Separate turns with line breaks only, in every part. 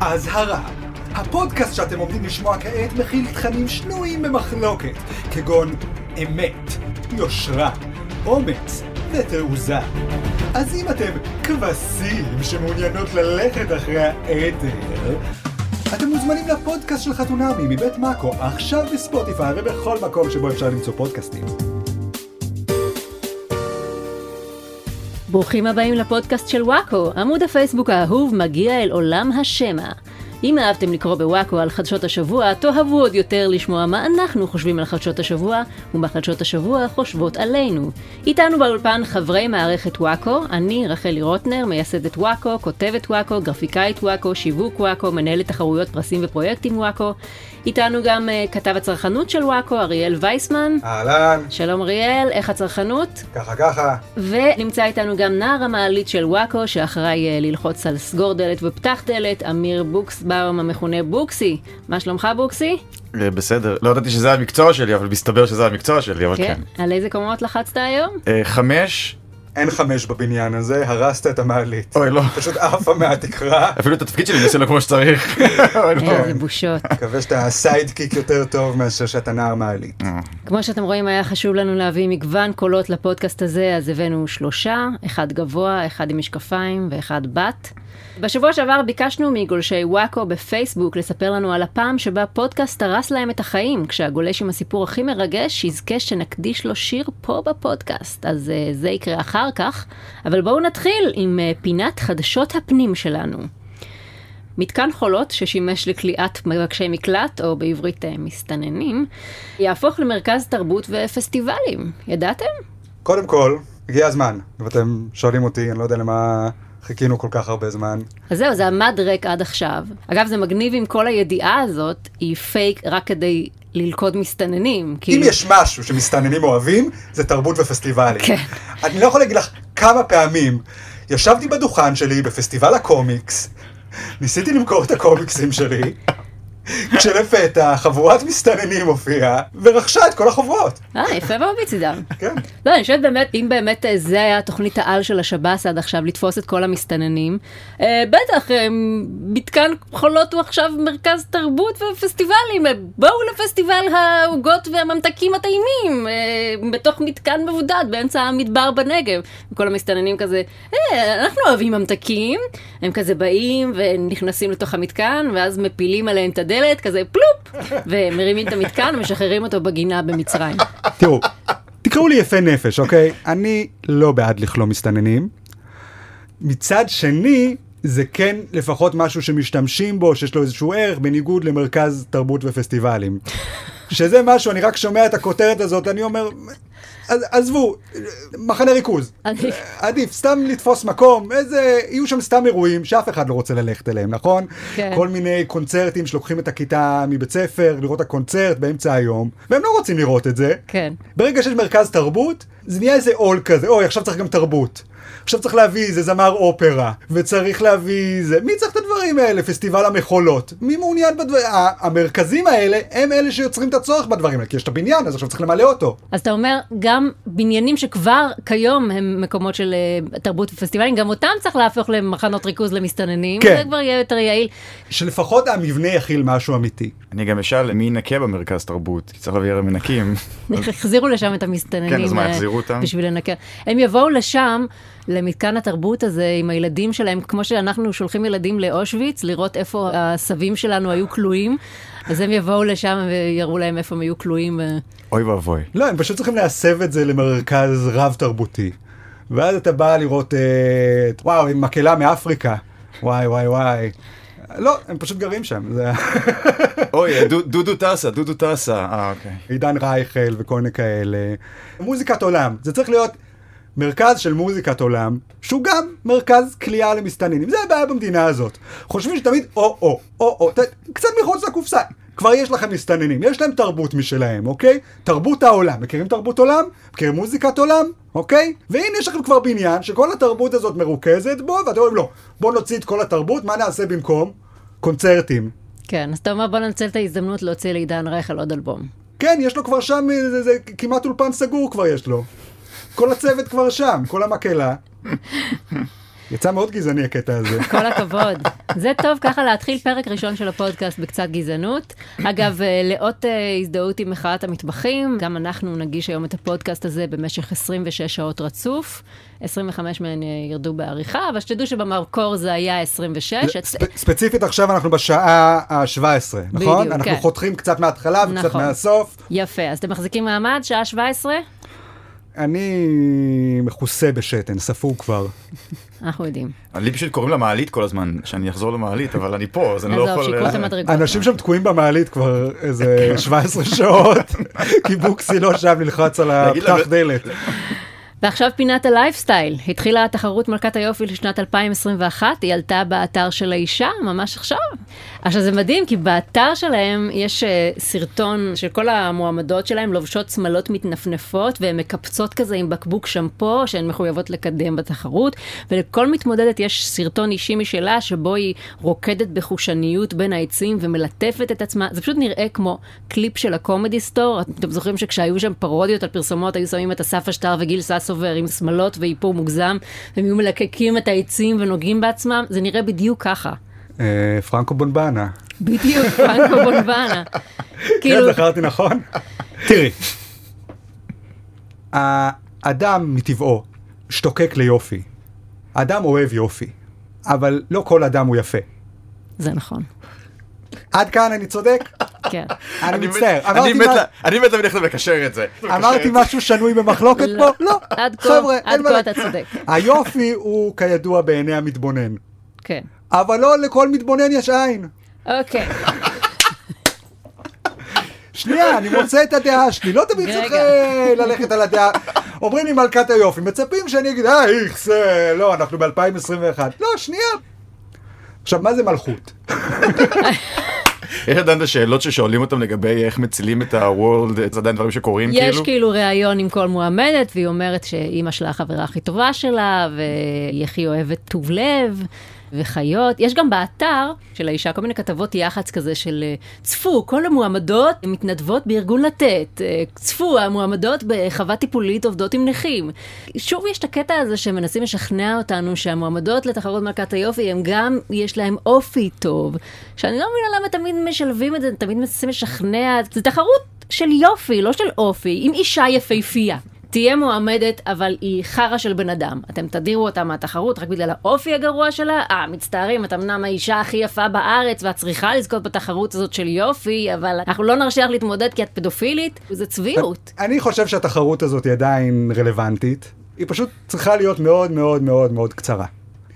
אזהרה, הפודקאסט שאתם עומדים לשמוע כעת מכיל תכנים שנויים במחלוקת, כגון אמת, יושרה, אומץ ותעוזה. אז אם אתם כבשים שמעוניינות ללכת אחרי העדר, אתם מוזמנים לפודקאסט של חתונמי מבית מאקו, עכשיו בספוטיפיי ובכל מקום שבו אפשר למצוא פודקאסטים.
ברוכים הבאים לפודקאסט של וואקו, עמוד הפייסבוק האהוב מגיע אל עולם השמע. אם אהבתם לקרוא בוואקו על חדשות השבוע, תאהבו עוד יותר לשמוע מה אנחנו חושבים על חדשות השבוע, ומה חדשות השבוע חושבות עלינו. איתנו באולפן חברי מערכת וואקו, אני רחלי רוטנר, מייסדת וואקו, כותבת וואקו, גרפיקאית וואקו, שיווק וואקו, מנהלת תחרויות פרסים ופרויקטים וואקו. איתנו גם אה, כתב הצרכנות של וואקו, אריאל וייסמן.
אהלן,
שלום אריאל, איך הצרכנות?
ככה ככה.
ונמצא איתנו גם נער המעלית של וואקו, שאחראי אה, ללחוץ על סגור דלת ופתח דלת, אמיר בוקסבאום המכונה בוקסי. מה שלומך בוקסי?
אה, בסדר, לא ידעתי שזה המקצוע שלי, אבל מסתבר שזה המקצוע שלי, אבל כן.
על איזה קומות לחצת היום?
אה, חמש,
אין חמש בבניין הזה, הרסת את המעלית.
אוי לא,
פשוט עפה מהתקרה.
אפילו את התפקיד שלי אני עושה לו כמו שצריך. אוי, לא.
איזה בושות.
מקווה שאתה סיידקיק יותר טוב מאשר שאתה נער מעלית.
כמו שאתם רואים, היה חשוב לנו להביא מגוון קולות לפודקאסט הזה, אז הבאנו שלושה, אחד גבוה, אחד עם משקפיים ואחד בת. בשבוע שעבר ביקשנו מגולשי וואקו בפייסבוק לספר לנו על הפעם שבה פודקאסט הרס להם את החיים, כשהגולש עם הסיפור הכי מרגש יזכה שנקדיש לו שיר פה בפודקאסט. אז אה, זה יקרה אחר כך, אבל בואו נתחיל עם אה, פינת חדשות הפנים שלנו. מתקן חולות ששימש לכליאת מבקשי מקלט, או בעברית אה, מסתננים, יהפוך למרכז תרבות ופסטיבלים. ידעתם?
קודם כל, הגיע הזמן. אם אתם שואלים אותי, אני לא יודע למה חיכינו כל כך הרבה זמן.
אז זהו, זה עמד ריק עד עכשיו. אגב, זה מגניב אם כל הידיעה הזאת היא פייק רק כדי ללכוד מסתננים.
אם
כאילו-
יש משהו שמסתננים אוהבים, זה תרבות ופסטיבלים.
כן.
אני לא יכול להגיד לך כמה פעמים ישבתי בדוכן שלי בפסטיבל הקומיקס, ניסיתי למכור את הקומיקסים שלי. כשלפתע חבורת מסתננים הופיעה ורכשה את כל החוברות.
אה, יפה מאוד מצידם.
כן.
לא, אני חושבת באמת, אם באמת אה, זה היה תוכנית העל של השב"ס עד עכשיו, לתפוס את כל המסתננים, אה, בטח, אה, מתקן חולות הוא עכשיו מרכז תרבות ופסטיבלים, אה, בואו לפסטיבל העוגות והממתקים הטעימים, אה, בתוך מתקן מבודד באמצע המדבר בנגב. וכל המסתננים כזה, אה, אנחנו אוהבים ממתקים, הם כזה באים ונכנסים לתוך המתקן, ואז מפילים עליהם את הדלת, כזה פלופ, ומרימים את המתקן ומשחררים אותו בגינה במצרים.
תראו, תקראו לי יפה נפש, אוקיי? אני לא בעד לכלוא מסתננים. מצד שני, זה כן לפחות משהו שמשתמשים בו, שיש לו איזשהו ערך, בניגוד למרכז תרבות ופסטיבלים. שזה משהו, אני רק שומע את הכותרת הזאת, אני אומר, "עז- עזבו, מחנה ריכוז.
אני-
עדיף סתם לתפוס מקום, איזה, יהיו שם סתם אירועים שאף אחד לא רוצה ללכת אליהם, נכון?
כן.
כל מיני קונצרטים שלוקחים את הכיתה מבית ספר, לראות את הקונצרט באמצע היום, והם לא רוצים לראות את זה.
כן.
ברגע שיש מרכז תרבות, זה נהיה איזה עול כזה, אוי, עכשיו צריך גם תרבות. עכשיו צריך להביא איזה זמר אופרה, וצריך להביא איזה... מי צריך את הדברים האלה? פסטיבל המחולות. מי מעוניין בדברים? המרכזים האלה הם אלה שיוצרים את הצורך בדברים האלה, כי יש את הבניין, אז עכשיו צריך למלא אותו.
אז אתה אומר, גם בניינים שכבר כיום הם מקומות של אה, תרבות ופסטיבלים, גם אותם צריך להפוך למחנות ריכוז למסתננים,
כן.
זה כבר יהיה יותר יעיל.
שלפחות המבנה יכיל משהו אמיתי.
אני גם אשאל מי ינקה במרכז תרבות, כי צריך להביא הרי מנקים.
החזירו לשם את המסתננים.
כן, אז מה,
אה,
יחזירו אותם?
בשביל לנקר. הם יבואו לשם, למתקן התרבות הזה, עם הילדים שלהם, כמו שאנחנו שולחים ילדים לאושוויץ, לראות איפה הסבים שלנו היו כלואים, אז הם יבואו לשם ויראו להם איפה הם היו כלואים. אה,
אוי ואבוי.
לא, הם פשוט צריכים להסב את זה למרכז רב-תרבותי. ואז אתה בא לראות, אה, את- וואו, עם מקהלה מאפריקה. וואי, וואי, וואי. לא, הם פשוט גרים שם, זה
אוי, אה, דו- דודו טסה, דודו טסה. אה, אוקיי.
עידן רייכל וכל מיני כאלה. מוזיקת עולם, זה צריך להיות מרכז של מוזיקת עולם, שהוא גם מרכז כליאה למסתננים. זה הבעיה במדינה הזאת. חושבים שתמיד או-או, או-או, ת- קצת מחוץ לקופסה. כבר יש לכם מסתננים, יש להם תרבות משלהם, אוקיי? תרבות העולם. מכירים תרבות עולם? מכירים מוזיקת עולם? אוקיי? והנה יש לכם כבר בניין שכל התרבות הזאת מרוכזת בו, ואתם אומרים לא, בואו נוציא את כל התרבות, מה נעשה במקום? קונצרטים.
כן, אז אתה אומר, בוא ננצל את ההזדמנות להוציא לעידן רייכל עוד אלבום.
כן, יש לו כבר שם, אה, זה, זה כמעט אולפן סגור כבר יש לו. כל הצוות כבר שם, כל המקהלה. יצא מאוד גזעני הקטע הזה.
כל הכבוד. זה טוב ככה להתחיל פרק ראשון של הפודקאסט בקצת גזענות. אגב, אה, לאות אה, הזדהות עם מחאת המטבחים, גם אנחנו נגיש היום את הפודקאסט הזה במשך 26 שעות רצוף. 25 מהן אה, ירדו בעריכה, אבל שתדעו שבמקור זה היה 26. את-
ספ- ספציפית עכשיו אנחנו בשעה ה-17, נכון?
בדיוק,
אנחנו
כן.
חותכים קצת מההתחלה וקצת
נכון.
מהסוף.
יפה, אז אתם מחזיקים מעמד, שעה 17?
אני מכוסה בשתן, ספוג כבר.
אנחנו יודעים.
לי פשוט קוראים למעלית כל הזמן, שאני אחזור למעלית, אבל אני פה, אז אני לא
עזוב,
יכול...
שיקרו את המדרגות.
אנשים שם תקועים במעלית כבר איזה
כן.
17 שעות, כי בוקסי לא שם ללחץ על
להגיד להם-
הפתח דלת.
ועכשיו פינת הלייפסטייל. התחילה התחרות מלכת היופי לשנת 2021, היא עלתה באתר של האישה ממש עכשיו. עכשיו זה מדהים, כי באתר שלהם יש אה, סרטון של כל המועמדות שלהם לובשות שמלות מתנפנפות, והן מקפצות כזה עם בקבוק שמפו שהן מחויבות לקדם בתחרות, ולכל מתמודדת יש סרטון אישי משלה שבו היא רוקדת בחושניות בין העצים ומלטפת את עצמה. זה פשוט נראה כמו קליפ של הקומדי סטור. אתם זוכרים שכשהיו שם פרודיות על פרסומות, היו שמים את אסף אשטר וגיל ססובר עם שמלות ואיפור מוגזם, והם היו מלקקים את העצים ונוגעים בעצמם? זה נראה בדיוק ככה.
אה, פרנקו בונבאנה.
בדיוק, פרנקו בולבנה.
כן,
כאילו,
זכרתי נכון? תראי, האדם מטבעו שתוקק ליופי. האדם אוהב יופי, אבל לא כל אדם הוא יפה.
זה נכון.
עד כאן אני צודק?
כן.
אני
אני מת-
מצטער.
אני
אמרתי
מת
מה-
לה- אני מת להבין איך אתה מקשר את זה.
אמרתי משהו שנוי במחלוקת
לא.
פה? לא.
עד כה-
חבר'ה,
עד
אין מה
כה
לה-
אתה צודק.
היופי הוא כידוע בעיני המתבונן.
כן.
אבל לא לכל מתבונן יש עין.
אוקיי.
שנייה, אני מוצא את הדעה שלי, לא תמיד צריך
רגע.
אה, ללכת על הדעה. אומרים לי מלכת היופי, מצפים שאני אגיד, אה, איכס, אה, לא, אנחנו ב-2021. לא, שנייה. עכשיו, מה זה מלכות?
יש עדיין את השאלות ששואלים אותם לגבי איך מצילים את ה-world, אה, זה עדיין דברים שקורים
יש
כאילו?
כאילו ראיון עם כל מועמדת, והיא אומרת שאימא שלה החברה הכי טובה שלה, והיא הכי אוהבת טוב לב. וחיות, יש גם באתר של האישה כל מיני כתבות יח"צ כזה של אה, צפו, כל המועמדות מתנדבות בארגון לתת, אה, צפו, המועמדות בחווה טיפולית עובדות עם נכים. שוב יש את הקטע הזה שמנסים לשכנע אותנו שהמועמדות לתחרות מלכת היופי, הם גם, יש להם אופי טוב, שאני לא מבינה למה תמיד משלבים את זה, תמיד מנסים לשכנע, זה תחרות של יופי, לא של אופי, עם אישה יפהפייה. תהיה מועמדת, אבל היא חרא של בן אדם. אתם תדירו אותה מהתחרות רק בגלל האופי הגרוע שלה? אה, מצטערים, את אמנם האישה הכי יפה בארץ, ואת צריכה לזכות בתחרות הזאת של יופי, אבל אנחנו לא נרשה לך להתמודד כי את פדופילית? זה צביעות.
אני חושב שהתחרות הזאת היא עדיין רלוונטית, היא פשוט צריכה להיות מאוד מאוד מאוד מאוד קצרה.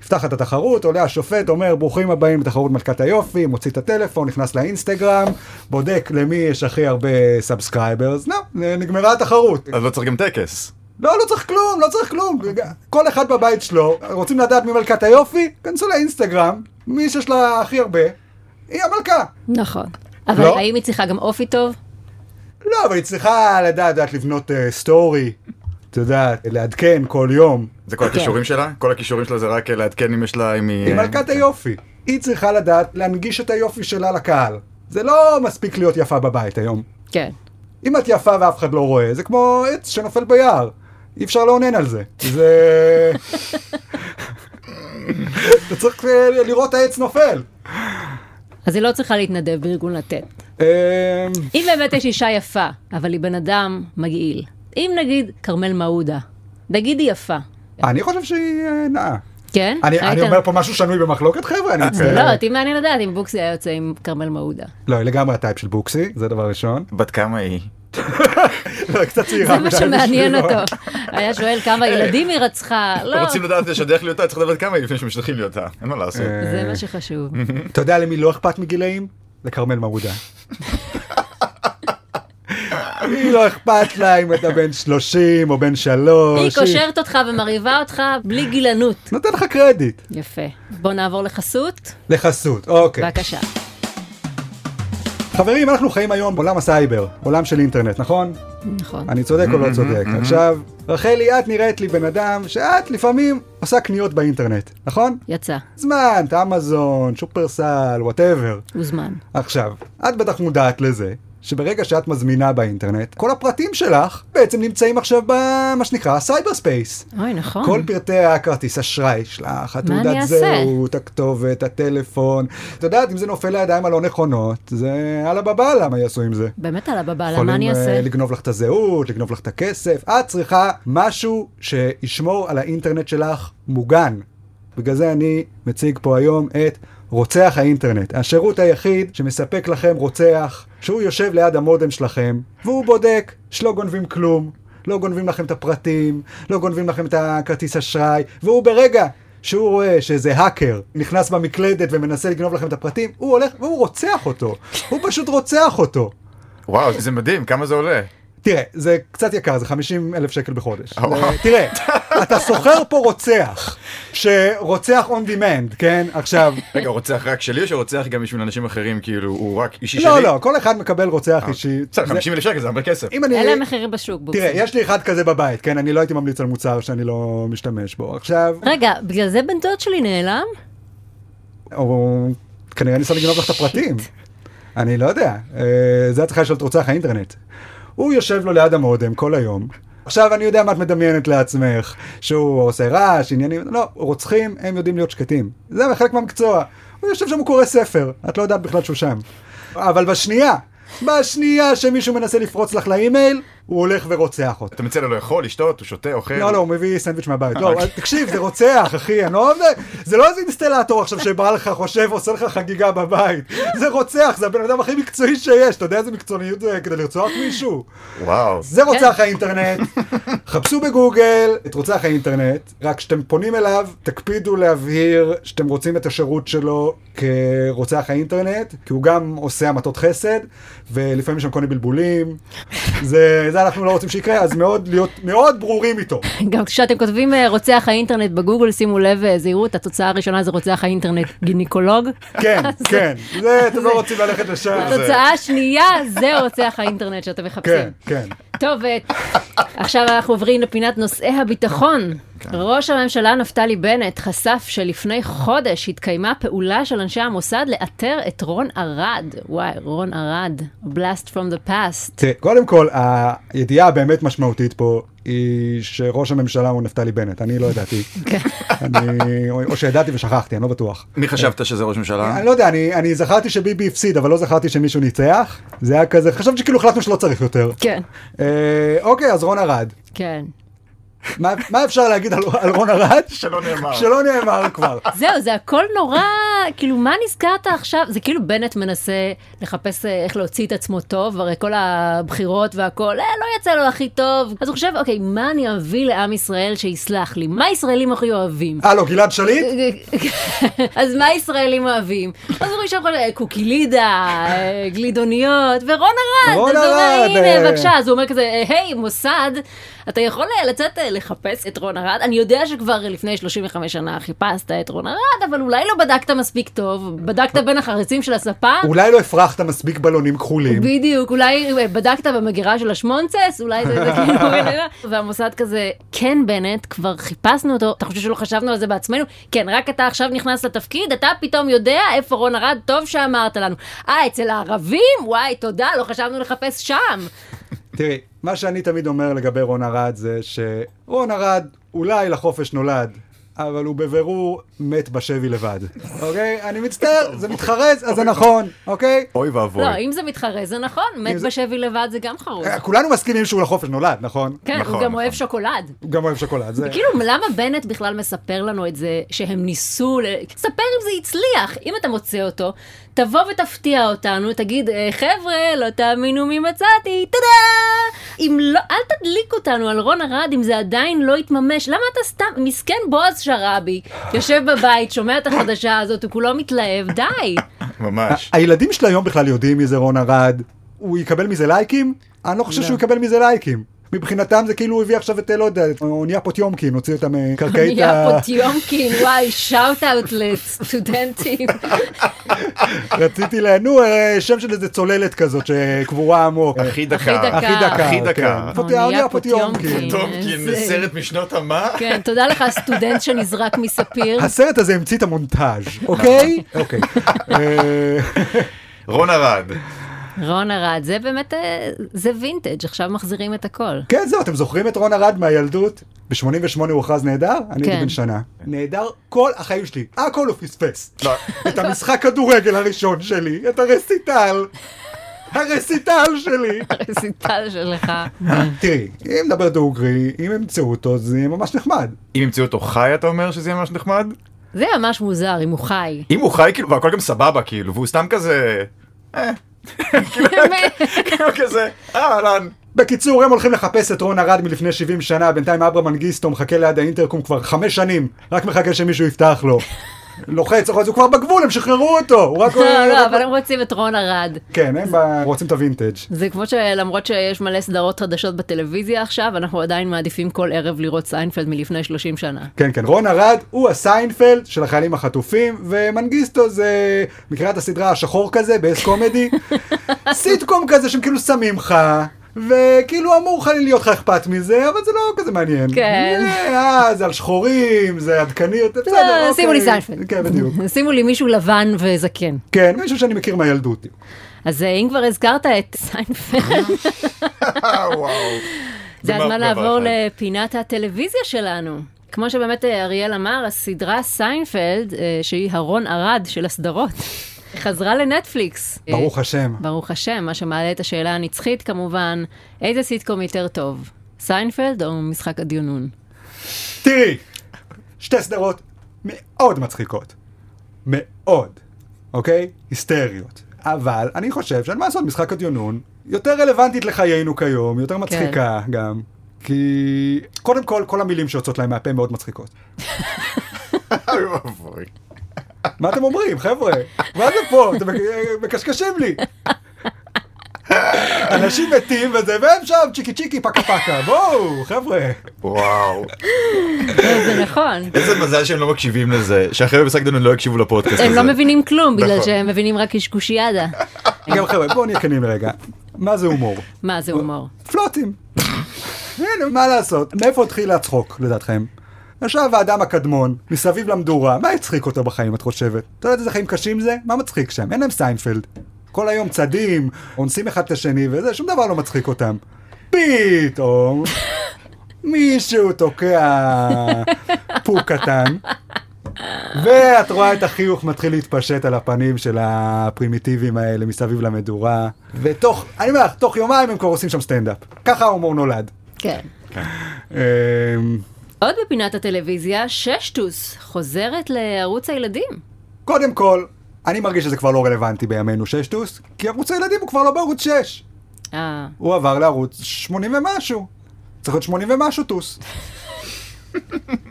נפתחת התחרות, עולה השופט, אומר ברוכים הבאים לתחרות מלכת היופי, מוציא את הטלפון, נכנס לאינסטגרם, בודק למי יש הכי הרבה סאבסקרייברס, לא, נגמרה התחרות.
אז לא צריך גם טקס.
לא, לא צריך כלום, לא צריך כלום. כל אחד בבית שלו, רוצים לדעת מי מלכת היופי? כנסו לאינסטגרם, מי שיש לה הכי הרבה, היא המלכה.
נכון. אבל
לא.
האם היא צריכה גם אופי טוב?
לא, אבל היא צריכה לדעת, יודעת לבנות אה, סטורי, את יודעת, לעדכן כל יום.
זה כל
כן.
הכישורים שלה? כל הכישורים שלה זה רק אה, לעדכן אם יש לה, אם היא... אה,
היא מלכת היופי. היא צריכה לדעת להנגיש את היופי שלה לקהל. זה לא מספיק להיות יפה בבית היום.
כן.
אם את יפה ואף אחד לא רואה, זה כמו עץ שנופל ביער. אי אפשר לאונן על זה. זה... אתה צריך אה, לראות העץ נופל.
אז היא לא צריכה להתנדב בארגון לתת.
אמ,
אם באמת יש אישה יפה, אבל היא בן אדם מגעיל. אם נגיד כרמל מעודה, נגיד היא יפה,
אני חושב שהיא אה, נאה.
כן?
אני
היית-
אני אומר פה משהו שנוי במחלוקת חבר'ה, אני
לא,
מצטער.
אותי מעניין לדעת אם בוקסי היה יוצא עם כרמל מעודה.
לא, היא לגמרי הטייפ של בוקסי, זה דבר ראשון.
בת כמה היא?
לא, קצת צעירה
זה מה
מדי
שמעניין
בשבילו.
אותו. היה שואל כמה ילדים היא רצחה, לא,
רוצים לדעת לשדך לי אותה, צריך לדעת כמה היא לפני שמשלחים לי אותה. אין מה לעשות.
אה.
זה מה שחשוב.
אתה יודע למי לא אכפת מגילאים? לכרמל מעודה. היא לא אכפת לה אם אתה בן 30 או בן 3.
היא קושרת אותך ומרהיבה אותך בלי גילנות.
נותן לך קרדיט.
יפה. בוא נעבור לחסות,
כן. לחסות, אוקיי.
בבקשה.
חברים, אנחנו חיים היום בעולם הסייבר, עולם של אינטרנט, נכון?
נכון.
אני צודק או לא צודק? עכשיו, רחלי, את נראית לי בן אדם שאת לפעמים עושה קניות באינטרנט, נכון?
יצא,
זמן, אמזון, שופרסל, וואטאבר.
הוזמן.
עכשיו, את בטח מודעת לזה שברגע שאת מזמינה באינטרנט, כל הפרטים שלך בעצם נמצאים עכשיו במה שנקרא הסייבר ספייס.
אוי, נכון.
כל פרטי הכרטיס אשראי שלך,
מה אני
התעודת
אעשה?
זהות, הכתובת, הטלפון. את יודעת, אם זה נופל לידיים הלא נכונות, זה אללה בבאללה מה יעשו עם זה.
באמת על הבבלה, מה אני אעשה?
יכולים אה, לגנוב לך את הזהות, לגנוב לך את הכסף. את צריכה משהו שישמור על האינטרנט שלך מוגן. בגלל זה אני מציג פה היום את רוצח האינטרנט. השירות היחיד שמספק לכם רוצח, שהוא יושב ליד המודם שלכם, והוא בודק שלא גונבים כלום, לא גונבים לכם את הפרטים, לא גונבים לכם את הכרטיס אשראי, והוא ברגע... שהוא רואה שאיזה האקר נכנס במקלדת ומנסה לגנוב לכם את הפרטים, הוא הולך והוא רוצח אותו. הוא פשוט רוצח אותו.
וואו, זה מדהים, כמה זה
אה.
עולה.
תראה, זה קצת יקר, זה 50 אלף שקל בחודש.
אה, וואו.
זה- תראה, אתה שוכר פה רוצח, שרוצח on demand, כן? עכשיו,
רגע, הוא רוצח רק שלי או שרוצח גם בשביל אנשים אחרים, כאילו, הוא רק אישי שלי?
לא, לא, כל אחד מקבל רוצח אישי.
אה, בסדר,
זה-
50 אלף שקל זה הרבה כסף.
אם אני...
אלה המחירים בשוק, בוקסים.
תראה, יש לי אחד כזה בבית, כן? אני לא הייתי ממליץ על מוצר שאני לא משתמש בו. עכשיו,
רגע, בגלל זה בן דוד שלי נעלם?
הוא כנראה ניסה לגנוב לך את הפרטים. אני לא יודע, אה, זה את צריכה לשאול את רוצח האינטרנט. הוא יושב לו ליד המודם כל היום. עכשיו אני יודע מה את מדמיינת לעצמך, שהוא עושה רעש, עניינים, לא, רוצחים הם יודעים להיות שקטים. זה חלק מהמקצוע. הוא יושב שם, הוא קורא ספר, את לא יודעת בכלל שהוא שם. אבל בשנייה, בשנייה שמישהו מנסה לפרוץ לך לאימייל, הוא הולך ורוצח אותך.
אתה מציע לו לאכול, לשתות, הוא שותה, אוכל.
לא, לא, הוא מביא סנדוויץ' מהבית. לא, תקשיב, זה רוצח, אחי, אני לא... זה לא איזה אינסטלטור עכשיו שבא לך, חושב, עושה לך חגיגה בבית. זה רוצח, זה הבן אדם הכי מקצועי שיש. אתה יודע איזה מקצועניות זה כדי לרצוח מישהו?
וואו.
זה רוצח האינטרנט. חפשו בגוגל את רוצח האינטרנט, רק כשאתם פונים אליו, תקפידו להבהיר שאתם רוצים את השירות שלו כרוצח האינטרנט, כי הוא גם עושה המתות חסד, ולפעמים יש שם כל מיני בלבולים. זה, זה אנחנו לא רוצים שיקרה, אז מאוד להיות מאוד ברורים איתו.
גם כשאתם כותבים אה, רוצח האינטרנט בגוגל, שימו לב, אה, זהירות, התוצאה הראשונה זה רוצח האינטרנט גינקולוג.
כן, כן, זה, אתם לא רוצים ללכת לשם.
התוצאה השנייה זה רוצח האינטרנט שאתם
כן,
מחפשים.
כן.
טוב, אה, עכשיו אנחנו עוברים לפינת נושאי הביטחון. ראש הממשלה נפתלי בנט חשף שלפני חודש התקיימה פעולה של אנשי המוסד לאתר את רון ארד. וואי, רון ארד, blast from the past.
תראה, קודם כל, הידיעה הבאמת משמעותית פה היא שראש הממשלה הוא נפתלי בנט, אני לא ידעתי.
כן,
אני, או או שידעתי ושכחתי, אני לא בטוח.
מי חשבת שזה ראש ממשלה?
אני לא יודע, אני, אני זכרתי שביבי הפסיד, אבל לא זכרתי שמישהו ניצח. זה היה כזה, חשבתי שכאילו החלטנו שלא צריך יותר.
כן,
אה, אוקיי, אז רון ארד.
כן.
מה, מה אפשר להגיד על, על רון ארד?
שלא נאמר.
שלא נאמר כבר.
זהו, זה הכל נורא, כאילו, מה נזכרת עכשיו? זה כאילו בנט מנסה לחפש אה, איך להוציא את עצמו טוב, הרי כל הבחירות והכל, אה, לא יצא לו הכי טוב. אז הוא חושב, אוקיי, מה אני אביא לעם ישראל שיסלח לי? מה ישראלים הכי אוהבים?
אה, לא, גלעד שליט?
אז מה ישראלים אוהבים? אז הוא ישב כל אה, קוקילידה, אה, גלידוניות, ורון ארד.
רון
אז הוא אומר,
ארד,
הנה,
אה."
בבקשה. אז הוא אומר כזה, "אה, היי, מוסד, אתה יכול אה, לצאת אה, לחפש את רון ארד? אני יודע שכבר לפני 35 שנה חיפשת את רון ארד, אבל אולי לא בדקת מספיק טוב, בדקת בין החריצים של הספה?
אולי לא הפרחת מספיק בלונים כחולים.
בדיוק, אולי אה, בדקת במגירה של השמונצס, אולי זה זה כאילו, והמוסד כזה, כן בנט, כבר חיפשנו אותו, אתה חושב שלא חשבנו על זה בעצמנו? כן, רק אתה עכשיו נכנס לתפקיד, אתה פתאום יודע איפה רון ארד, טוב שאמרת לנו. אה, אצל הערבים? וואי, תודה, לא חשבנו לחפש שם.
תראי, מה שאני תמיד אומר לגבי רון ארד זה שרון ארד אולי לחופש נולד. אבל הוא בבירור מת בשבי לבד, אוקיי? אני מצטער, זה מתחרז, אז זה נכון, אוקיי?
אוי ואבוי.
לא, אם זה מתחרה זה נכון, מת
זה-
בשבי לבד זה גם חרוז.
אה, כולנו מסכימים שהוא לחופש נולד, נכון?
כן,
נכון,
הוא גם
נכון.
אוהב שוקולד.
הוא גם אוהב שוקולד, זה...
כאילו, למה בנט בכלל מספר לנו את זה שהם ניסו, ל... ספר אם זה הצליח, אם אתה מוצא אותו, תבוא ותפתיע אותנו, תגיד, "אה, חבר'ה, לא תאמינו מי מצאתי, טאדה! אם לא, אל תדליק אותנו על רון ארד אם זה עדיין לא יתממש, למה אתה סתם, מסכן בועז שראבי, יושב בבית, שומע את החדשה הזאת, הוא כולו מתלהב, די.
ממש.
הילדים של היום בכלל יודעים מי זה רון ארד, הוא יקבל מזה לייקים? אני לא חושב שהוא יקבל מזה לייקים. מבחינתם זה כאילו הוא הביא עכשיו את, לא יודע, את אונייה פוטיומקין, הוציא אותה מקרקעית
נהיה
ה...
פה טיומקין, וואי, שאוט אאוט לסטודנטים.
רציתי ל... נו, אה, שם של איזה צוללת כזאת שקבורה עמוק.
הכי
דקה.
דקה.
הכי אה, דקה.
הכי
כן.
דקה.
פוטיומקין.
אונייה
פוטיומקין.
פוטיומקין.
טומקין,
איזה-
סרט משנות המה?
אה, כן, תודה לך, הסטודנט שנזרק מספיר.
הסרט הזה המציא את המונטאז', אוקיי? אוקיי. אה,
כן.
רון ארד.
רון ארד, זה באמת, אה, זה וינטג', עכשיו מחזירים את הכל.
כן, זהו, אתם זוכרים את רון ארד מהילדות? ב-88 הוא הוכרז נהדר? אני הייתי
כן.
בן שנה. נהדר כל החיים שלי, הכל הוא פספס.
לא,
את המשחק כדורגל הראשון שלי, את הרסיטל, הרסיטל שלי.
סיטל שלך.
תראי, אם נדבר דוגרי, אם ימצאו אותו, זה יהיה ממש נחמד.
אם ימצאו אותו חי אתה אומר שזה יהיה ממש נחמד?
זה ממש מוזר, אם הוא חי.
אם הוא חי כאילו והכל גם סבבה כאילו והוא סתם כזה אה, כאילו כזה אה אהלן.
בקיצור, הם הולכים לחפש את רון ארד מלפני 70 שנה, בינתיים אברה מנגיסטו מחכה ליד האינטרקום כבר חמש שנים, רק מחכה שמישהו יפתח לו. לוחץ, לוחץ, הוא כבר בגבול, הם שחררו אותו, הוא רק...
לא, לא, אבל הם רוצים את רון ארד.
כן, הם ב- רוצים את הווינטג'.
זה כמו שלמרות שיש מלא סדרות חדשות בטלוויזיה עכשיו, אנחנו עדיין מעדיפים כל ערב לראות סיינפלד מלפני 30 שנה.
כן, כן, רון ארד הוא הסיינפלד של החיילים החטופים, ומנגיסטו זה מקריאת הסדרה השחור כזה, באס קומדי, סיטקום כזה שהם כאילו שמים לך. וכאילו אמור לך להיות לך אכפת מזה, אבל זה לא כזה מעניין.
כן.
אה, זה על שחורים, זה עדכני יותר, בסדר,
לא,
אוקיי.
שימו לי סיינפלד.
כן, בדיוק.
שימו לי מישהו לבן וזקן.
כן, מישהו שאני מכיר מהילדות.
אז אה, אם כבר הזכרת את סיינפלד,
אה, וואו.
זה
דבר-
הזמן
דבר
לעבור
אחד.
לפינת הטלוויזיה שלנו. כמו שבאמת אה, אריאל אמר, הסדרה סיינפלד, אה, שהיא הרון ארד של הסדרות, חזרה לנטפליקס. אה,
ברוך השם.
ברוך השם, מה שמעלה את השאלה הנצחית כמובן, איזה סיטקום יותר טוב, סיינפלד או משחק הדיונון?
תראי, שתי סדרות מאוד מצחיקות. מאוד, אוקיי? היסטריות. אבל אני חושב שאין מה לעשות, משחק הדיונון יותר רלוונטית לחיינו כיום, יותר מצחיקה גם. כי קודם כל, כל המילים שיוצאות להם מהפה מאוד מצחיקות.
אוי ואבוי.
מה אתם אומרים, חבר'ה? מה זה פה? אתם מקשקשים לי. אנשים מתים וזה, והם שם צ'יקי צ'יקי פקה פקה, בואו, חבר'ה.
וואו.
זה נכון.
איזה מזל שהם לא מקשיבים לזה שהחבר'ה בסק דנון לא יקשיבו לפודקאסט הזה.
הם לא מבינים כלום, בגלל
נכון.
שהם מבינים רק קשקושיאדה.
גם חבר'ה, בואו נהיה כנים לרגע. מה זה הומור?
מה זה הומור?
פלוטים. הנה, מה לעשות? מאיפה התחיל הצחוק, לדעתכם? ישב האדם הקדמון, מסביב למדורה, מה הצחיק אותו בחיים, את חושבת? את יודעת איזה חיים קשים זה? מה מצחיק שם? אין להם סיינפלד. כל היום צדים, אונסים אחד את השני וזה, שום דבר לא מצחיק אותם. פתאום, מישהו תוקע פוק קטן, ואת רואה את החיוך מתחיל להתפשט על הפנים של הפרימיטיבים האלה מסביב למדורה, ותוך, אני אומר לך, תוך יומיים הם כבר עושים שם סטנדאפ. ככה ההומור נולד.
כן.
אמ,
עוד בפינת הטלוויזיה, ששטוס חוזרת לערוץ הילדים.
קודם כל, אני מרגיש שזה כבר לא רלוונטי בימינו ששטוס, כי ערוץ הילדים הוא כבר לא בערוץ 6.
אה,
הוא עבר לערוץ 80 ומשהו. צריך להיות 80 ומשהו טוס.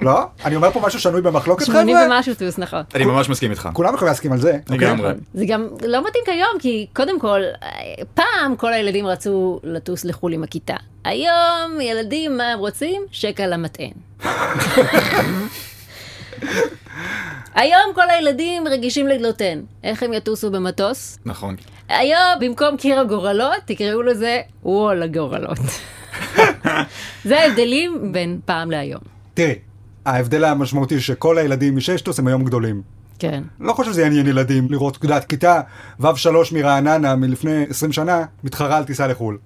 לא? אני אומר פה משהו שנוי במחלוקת, חבר'ה?
80 ומשהו טוס, נכון.
אני ממש מסכים איתך.
כולם יכולים להסכים על זה. אוקיי?
לגמרי.
זה גם לא מתאים כיום, כי קודם כל, אה, פעם כל הילדים רצו לטוס לחו"ל עם הכיתה. היום ילדים, מה הם רוצים? שקע למטען. היום כל הילדים רגישים לגלוטן. איך הם יטוסו במטוס?
נכון.
היום במקום קיר הגורלות, תקראו לזה וול הגורלות. זה ההבדלים בין פעם להיום.
תראי, ההבדל המשמעותי שכל הילדים מששטוס הם היום גדולים.
כן.
לא חושב שזה יעניין ילדים לראות, את יודעת, כיתה ו'3 מרעננה מלפני 20 שנה, מתחרה על טיסה לחו"ל.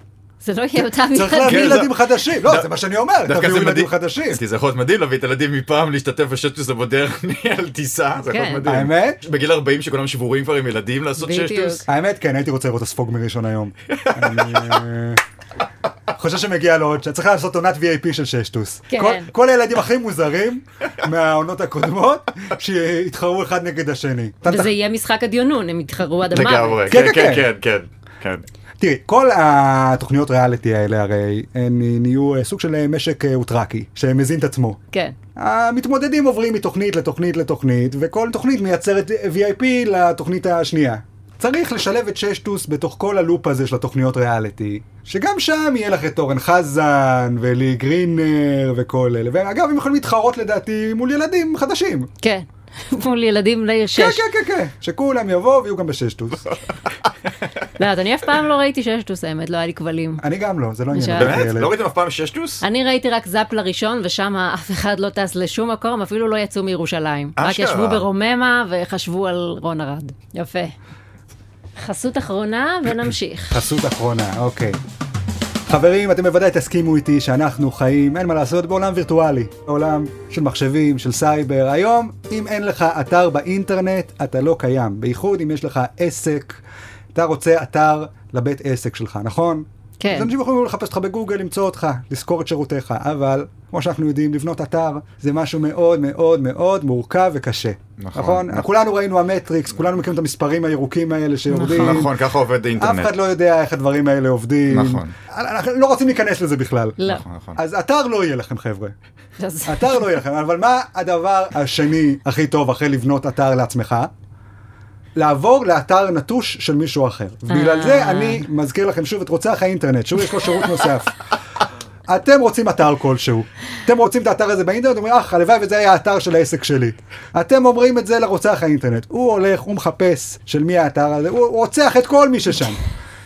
זה לא יהיה אותם
צריך
ילדים.
להביא
כן,
ילדים
זה-
חדשים, לא, זה מה שאני אומר,
דווקא
תביאו
זה
ילדים
מדהים,
חדשים.
כי זה יכול להיות מדהים להביא את הילדים מפעם להשתתף בשטוס בדרך על טיסה, זה יכול
כן.
להיות מדהים.
האמת?
בגיל 40 שכולם שבורים כבר עם ילדים לעשות
בדיוק.
שטוס.
האמת, כן, הייתי רוצה לראות את הספוג מראשון היום. אני, אה, חושב שמגיע לו עוד, שצריך לעשות עונת VIP של ששטוס.
כן.
כל- כל הילדים הכי מוזרים מהעונות הקודמות, שיתחרו אחד נגד השני.
וזה יהיה משחק הדיונון, הם יתחרו עד המוות.
לגמרי,
כן,
כן,
כן,
כן, כן, כן, כן.
תראי, כל התוכניות ריאליטי האלה הרי, הן נהיו אה, סוג של אה, משק אה, אוטרקי, שמזין את עצמו.
כן.
המתמודדים עוברים מתוכנית לתוכנית לתוכנית, וכל תוכנית מייצרת אה, VIP לתוכנית השנייה. צריך לשלב את ששטוס בתוך כל הלופ הזה של התוכניות ריאליטי, שגם שם יהיה לך את אורן חזן, ולי גרינר, וכל אלה. ואגב, הם יכולים להתחרות לדעתי מול ילדים חדשים.
כן. מול ילדים בני שש.
כן, כן, כן, כן. שכולם יבואו ויהיו גם בששטוס. כן.
לא יודעת, אני אף פעם לא ראיתי ששטוס, האמת, לא היה לי כבלים.
אני גם לא, זה לא עניין.
באמת?
אותי,
באמת?
ילד.
לא ראיתם אף פעם שטוס?
אני ראיתי רק זאפ לראשון, ושם אף אחד לא טס לשום מקום, אפילו לא יצאו מירושלים. רק
אשכרה.
ישבו ברוממה וחשבו על רון ארד. יפה. חסות אחרונה ונמשיך.
חסות אחרונה, אוקיי. חברים, אתם בוודאי תסכימו איתי שאנחנו חיים, אין מה לעשות, בעולם וירטואלי. בעולם של מחשבים, של סייבר. היום, אם אין לך אתר באינטרנט, אתה לא קיים. בייחוד אם יש לך עסק, אתה רוצה אתר לבית עסק שלך, נכון?
כן.
אז אנשים יכולים לחפש אותך בגוגל, למצוא אותך, לזכור את שירותיך, אבל כמו שאנחנו יודעים, לבנות אתר זה משהו מאוד מאוד מאוד מורכב וקשה.
נכון. נכון.
כולנו ראינו המטריקס, כולנו מכירים את המספרים הירוקים האלה שיורדים.
נכון, ככה עובד
אף
אינטרנט.
אחד לא יודע איך הדברים האלה עובדים.
נכון.
אנחנו לא רוצים להיכנס לזה בכלל.
לא.
נכון, נכון.
אז אתר לא יהיה לכם חבר'ה,
אז-
אתר לא יהיה לכם, אבל מה הדבר השני הכי טוב אחרי לבנות אתר לעצמך? לעבור לאתר נטוש של מישהו אחר. בגלל זה
אה.
אני מזכיר לכם שוב את רוצח האינטרנט, שהוא יש לו שירות נוסף. אתם רוצים אתר כלשהו, אתם רוצים את האתר הזה באינטרנט, אומרים, אך, הלוואי וזה היה האתר של העסק שלי. אתם אומרים את זה לרוצח האינטרנט, הוא הולך, הוא מחפש של מי האתר הזה, הוא הוא רוצח את כל מי ששם.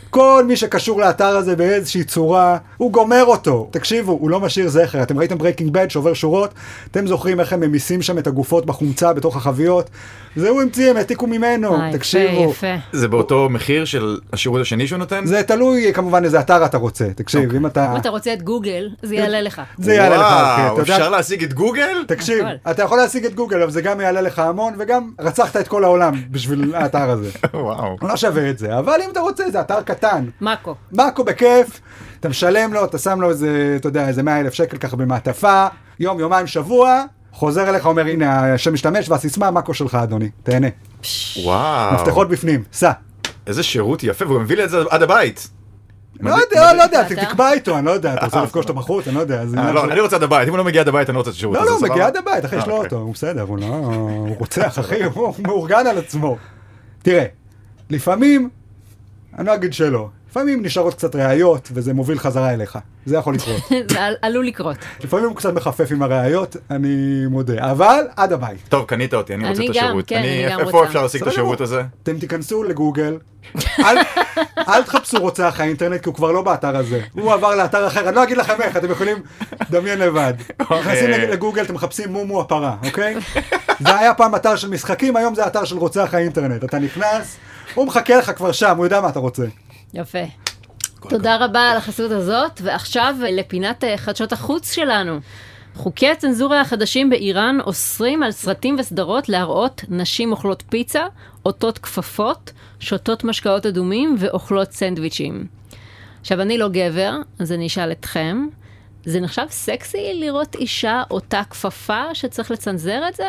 כל מי שקשור לאתר הזה באיזושהי צורה, הוא גומר אותו. תקשיבו, הוא לא משאיר זכר. אתם ראיתם ברייקינג בד שעובר שורות? אתם זוכרים איך הם ממיסים שם את הגופות בחומצה בתוך החביות? זה הוא המציא, הם העתיקו ממנו,
אה, יפה,
תקשיבו.
יפה.
זה באותו מחיר של השירות השני שהוא נותן?
זה תלוי כמובן איזה אתר אתה רוצה, תקשיב, אם אתה...
אוקיי. אם אתה רוצה את גוגל, זה יעלה לך.
זה יעלה לך, כן,
וואו,
אתה יודע-
אפשר להשיג את גוגל?
תקשיב,
הכל.
אתה יכול להשיג את גוגל, אבל זה גם יעלה לך המון, וגם רצחת את כל העולם בשביל האתר הזה.
וואו.
לא שווה את זה, אבל אם אתה רוצה, זה אתר קטן.
מאקו.
מאקו בכיף, אתה משלם לו, אתה שם לו איזה, אתה יודע, איזה 100 אלף שקל ככה במעטפה, יום, יומיים, שבוע, חוזר אליך, אומר, הנה השם משתמש והסיסמה, מאקו שלך, אדוני, תהנה.
וואו.
מפתחות בפנים, סע.
איזה שירות יפה, והוא מביא לי את זה עד הבית.
לא
מדהים,
יודע, לא יודע,
אתה?
ת- תקבע איתו, אני לא יודע, אתה רוצה לפגוש אותו בחוץ, אני לא יודע. זה
אה,
עניין
לא,
של-
אני רוצה עד הבית, אם הוא לא מגיע עד הבית אני לא רוצה את השירות
לא,
הזה,
לא, הוא
סבבה?
מגיע עד הבית, אחי,
אה,
יש לו
אוקיי.
אותו, הוא בסדר, הוא לא... הוא רוצח, אחי, הוא מאורגן על עצמו. תראה, לפעמים, אני לא אגיד שלא, לפעמים נשארות קצת ראיות, וזה מוביל חזרה אליך. זה יכול לקרות.
זה על- עלול לקרות.
לפעמים הוא קצת מחפף עם הראיות, אני מודה, אבל עד הבית.
אוקיי. טוב, קנית אותי, אני רוצה
אני
את
גם,
השירות.
כן, אני גם
איפה
רוצה.
אפשר להשיג את
בסדר
השירות
גמור.
הזה?
אתם תיכנסו לגוגל, אל, אל תחפשו רוצח האינטרנט, כי הוא כבר לא באתר הזה. הוא עבר לאתר אחר, אני לא אגיד לכם איך, אתם יכולים לדמיין לבד. נכנסים
אוקיי.
לגוגל, אתם מחפשים מומו הפרה, אוקיי? זה היה פעם אתר של משחקים, היום זה אתר של רוצח האינטרנט. אתה נכנס, הוא מחכה לך כבר שם, הוא יודע מה אתה רוצה.
יפה. תודה רבה על החסות הזאת, ועכשיו לפינת אה, חדשות החוץ שלנו. חוקי הצנזורה החדשים באיראן אוסרים על סרטים וסדרות להראות נשים אוכלות פיצה, עוטות כפפות, שותות משקאות אדומים ואוכלות סנדוויצ'ים. עכשיו, אני לא גבר, אז אני אשאל אתכם, זה נחשב סקסי לראות אישה עוטה כפפה שצריך לצנזר את זה?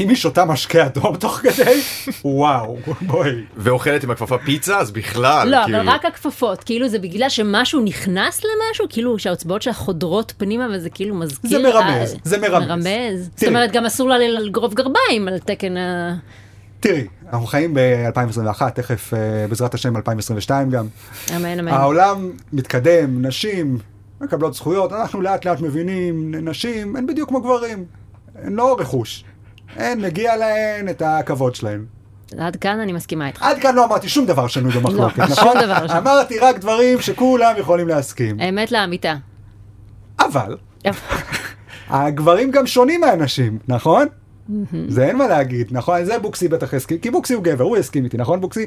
אם היא שותה משקה אדום תוך כדי, וואו, בואי.
ואוכלת עם הכפפה פיצה, אז בכלל,
לא,
כאילו.
אבל רק הכפפות, כאילו זה בגלל שמשהו נכנס למשהו, כאילו שהאצבעות שלה חודרות פנימה וזה כאילו מזכיר...
זה מרמז,
אה,
זה מרמז.
מרמז. זאת אומרת, גם אסור לה לגרוב גרביים על תקן ה...
תראי, אנחנו חיים ב-2021, תכף, אה, בעזרת השם, 2022 גם.
אמן, אמן.
העולם מתקדם, נשים מקבלות זכויות, אנחנו לאט לאט מבינים, נשים הן בדיוק כמו גברים, הן לא רכוש. הן מגיע להן את הכבוד שלהן.
עד כאן אני מסכימה איתך.
עד כאן לא אמרתי שום דבר שנוי במחלוקת,
לא,
נכון?
שום דבר שנוי. אה.
אמרתי רק דברים שכולם יכולים להסכים.
אמת לאמיתה.
אבל, הגברים גם שונים מהנשים, נכון? זה אין מה להגיד, נכון? זה בוקסי בטח הסכים, כי בוקסי הוא גבר, הוא יסכים איתי, נכון בוקסי?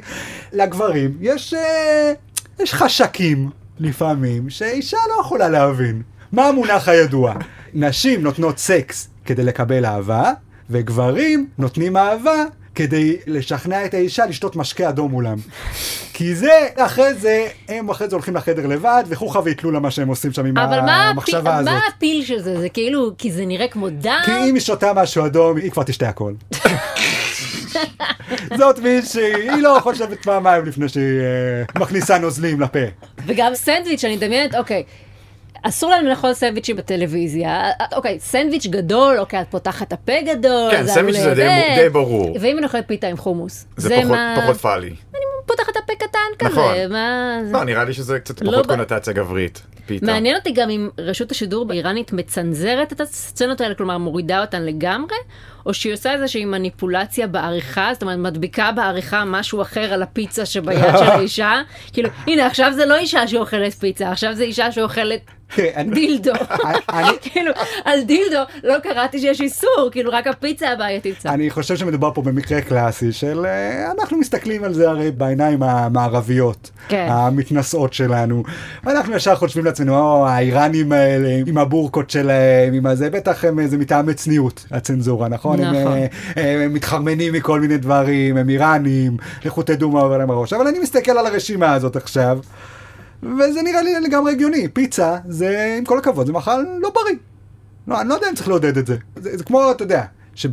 לגברים יש, אה, יש חשקים לפעמים שאישה לא יכולה להבין. מה המונח הידוע? נשים נותנות סקס כדי לקבל אהבה, וגברים נותנים אהבה כדי לשכנע את האישה לשתות משקה אדום מולם. כי זה, אחרי זה, הם אחרי זה הולכים לחדר לבד, וחוכא ואיטלו לה מה שהם עושים שם עם
אבל מה
המחשבה
הפי-
הזאת.
מה הפיל של זה? זה כאילו, כי זה נראה כמו דם?
כי אם היא שותה משהו אדום, היא כבר תשתה הכל. זאת מישהי, היא לא חושבת פעמיים לפני שהיא אה, מכניסה נוזלים לפה.
וגם סנדוויץ', אני מדמיינת, אוקיי. אסור לנו לאכול סנדוויצ'ים בטלוויזיה. אוקיי, סנדוויץ' גדול, אוקיי, את פותחת את הפה גדול.
כן,
זה
סנדוויץ'
עלול
זה די
לאבד.
מו- די ברור.
ואם אני אוכלת פיתה עם חומוס?
זה פחות-
מה-
פחות פאלי.
פותחת את הפה קטן כזה,
נכון.
מה זה?
לא, נראה לי שזה קצת
לא
פחות
ב-
קונוטציה גברית. פיתה.
מעניין אותי גם אם רשות השידור באיראנית מצנזרת את הסצנות האלה, כלומר מורידה אותן לגמרי, או שהיא עושה איזושהי מניפולציה בעריכה, זאת אומרת, מדביקה בעריכה משהו אחר על הפיצה שביד של האישה. כאילו, הנה, עכשיו זה לא אישה שאוכלת פיצה, עכשיו זה אישה שאוכלת
תראי, אני-
דילדו.
אני-
כאילו, על דילדו לא קראתי שיש איסור, כאילו, רק הפיצה הבעייתית שם.
אני חושב שמדובר פה במקרה קלאסי של אה, אנחנו מסתכלים על זה הרי בעיניים המערביות,
כן.
המתנשאות שלנו. אנחנו ישר חושבים לעצמנו, או, האיראנים האלה, עם הבורקות שלהם, עם הזה, בטח הם איזה מטעמי צניעות, הצנזורה, נכון? הם,
נכון.
אה, אה, הם מתחרמנים מכל מיני דברים, הם איראנים, לכו תדעו מה עובר להם בראש. אבל אני מסתכל על הרשימה הזאת עכשיו, וזה נראה לי לגמרי הגיוני. פיצה, זה, עם כל הכבוד, זה מאכל לא בריא. לא, אני לא יודע אם צריך לעודד את זה. זה, זה כמו, אתה יודע,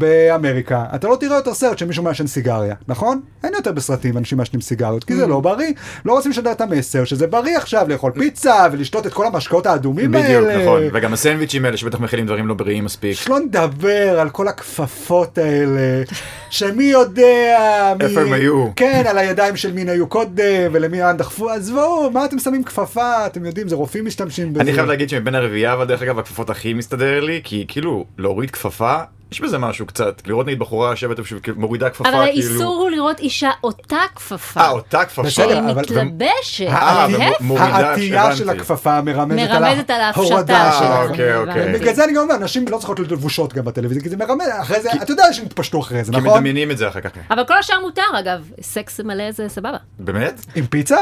שבאמריקה אתה לא תראה יותר סרט שמישהו מעשן סיגריה, נכון? אין יותר בסרטים אנשים מעשנים סיגריות,
Mm.
כי זה לא בריא. לא רוצים לשדר את המסר שזה בריא עכשיו לאכול פיצה ולשתות את כל המשקאות האדומים האלה.
בדיוק, נכון. וגם הסנדוויצ'ים האלה שבטח מכילים דברים לא בריאים מספיק.
שלא נדבר על כל הכפפות האלה, שמי יודע... מי-
איפה הם היו?
כן, על הידיים של מי היו קודם, ולמי לאן דחפו, עזבו, מה אתם שמים כפפה? אתם יודעים, זה רופאים משתמשים בזה.
אני חייב להגיד שמבין הרביעייה, אבל דרך אגב, הכפפות הכי מסתדר לי, כי כאילו, להוריד כפפה, יש בזה משהו קצת. לראות נגיד בחורה יושבת איפשהו, כאילו, מורידה כפפה,
אבל
כאילו...
האיסור הוא לראות אישה אותה כפפה.
אה, אותה כפפה.
בסדר,
שהיא
אבל-
מתלבשת.
אה,
להפך.
ומ- מורידה,
העטייה
הבנתי.
של הכפפה מרמזת על
מרמזת על ההפשטה
ההורדה
של
אה,
שלה.
אוקיי,
זה,
אוקיי.
הבנתי.
בגלל זה אני גם אומר, נשים לא צריכות להיות לבושות גם בטלוויזיה, כי זה מרמז, אחרי זה, אתה יודע שהם התפשטו אחרי זה,
כי
נכון?
מדמיינים את זה אחר כך.
אבל כל השאר מותר, אגב. סקס מלא זה סבבה.
באמת?
עם פיצה?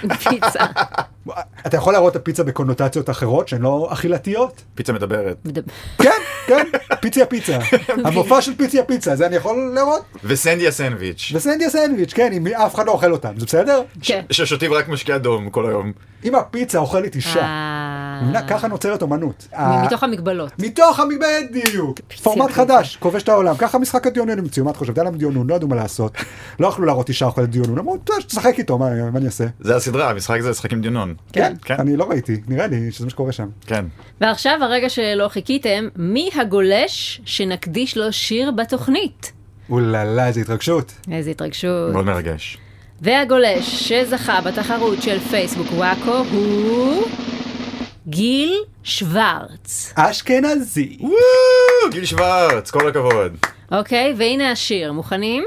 פיצה.
אתה יכול להראות את הפיצה בקונוטציות אחרות שהן לא אכילתיות?
פיצה מדברת.
מדבר-
כן, כן, פיצי הפיצה. המופע של פיצי הפיצה, זה אני יכול להראות?
וסנדי הסנדוויץ'.
וסנדי הסנדוויץ', כן, אם אף אחד לא אוכל אותם, זה בסדר?
כן.
ששותים רק משקה אדום כל היום.
אם הפיצה אוכלת אישה,
אה,
מבינה? ככה נוצרת אומנות.
מ-
ה-
מתוך המגבלות.
מתוך המ... בדיוק. פורמט
הפיצה.
חדש, כובש את העולם. ככה משחק הדיונון המציאו, מה את חושבת? היה להם דיונון, לא ידעו מה לעשות. לא יכלו להראות אישה אוכלת דיונון, אמרו, "טוב, תשחק איתו, מה מה אני אעשה?
זה הסדרה, המשחק זה משחק עם דינון.
כן,
כן.
אני לא ראיתי, נראה לי שזה מה שקורה שם.
כן.
ועכשיו הרגע שלא חיכיתם, מי הגולש שנקדיש לו שיר בתוכנית?
אוללה, איזה התרגשות.
איזה התרגשות.
מאוד מרגש.
והגולש שזכה בתחרות של פייסבוק וואקו הוא גיל שוורץ.
אשכנזי.
וואו, גיל שוורץ, כל הכבוד.
אוקיי, והנה השיר, מוכנים?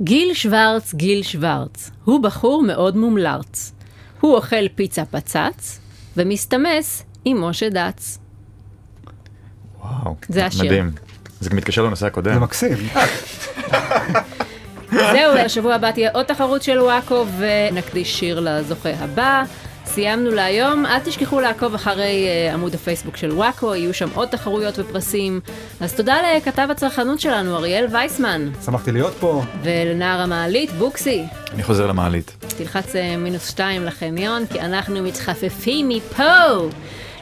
גיל שוורץ, גיל שוורץ, הוא בחור מאוד מומלץ. הוא אוכל פיצה פצץ, ומסתמס עם משה דץ.
וואו.
זה השיר.
מדהים. זה גם מתקשר לנושא
זה
הקודם.
מקסים. אה,
זהו, לשבוע הבא תהיה עוד תחרות של וואקו, ונקדיש שיר לזוכה הבא. סיימנו להיום, אל תשכחו לעקוב אחרי uh, עמוד הפייסבוק של וואקו, יהיו שם עוד תחרויות ופרסים. אז תודה לכתב הצרכנות שלנו, אריאל וייסמן,
שמחתי להיות פה.
ולנער המעלית, בוקסי.
אני חוזר למעלית.
תלחץ אה, מינוס שתיים לחניון, כי אנחנו מתחפפים מפה.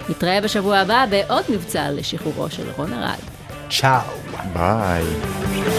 נתראה בשבוע הבא בעוד מבצע לשחרורו של רון ארד.
צ'או.
ביי.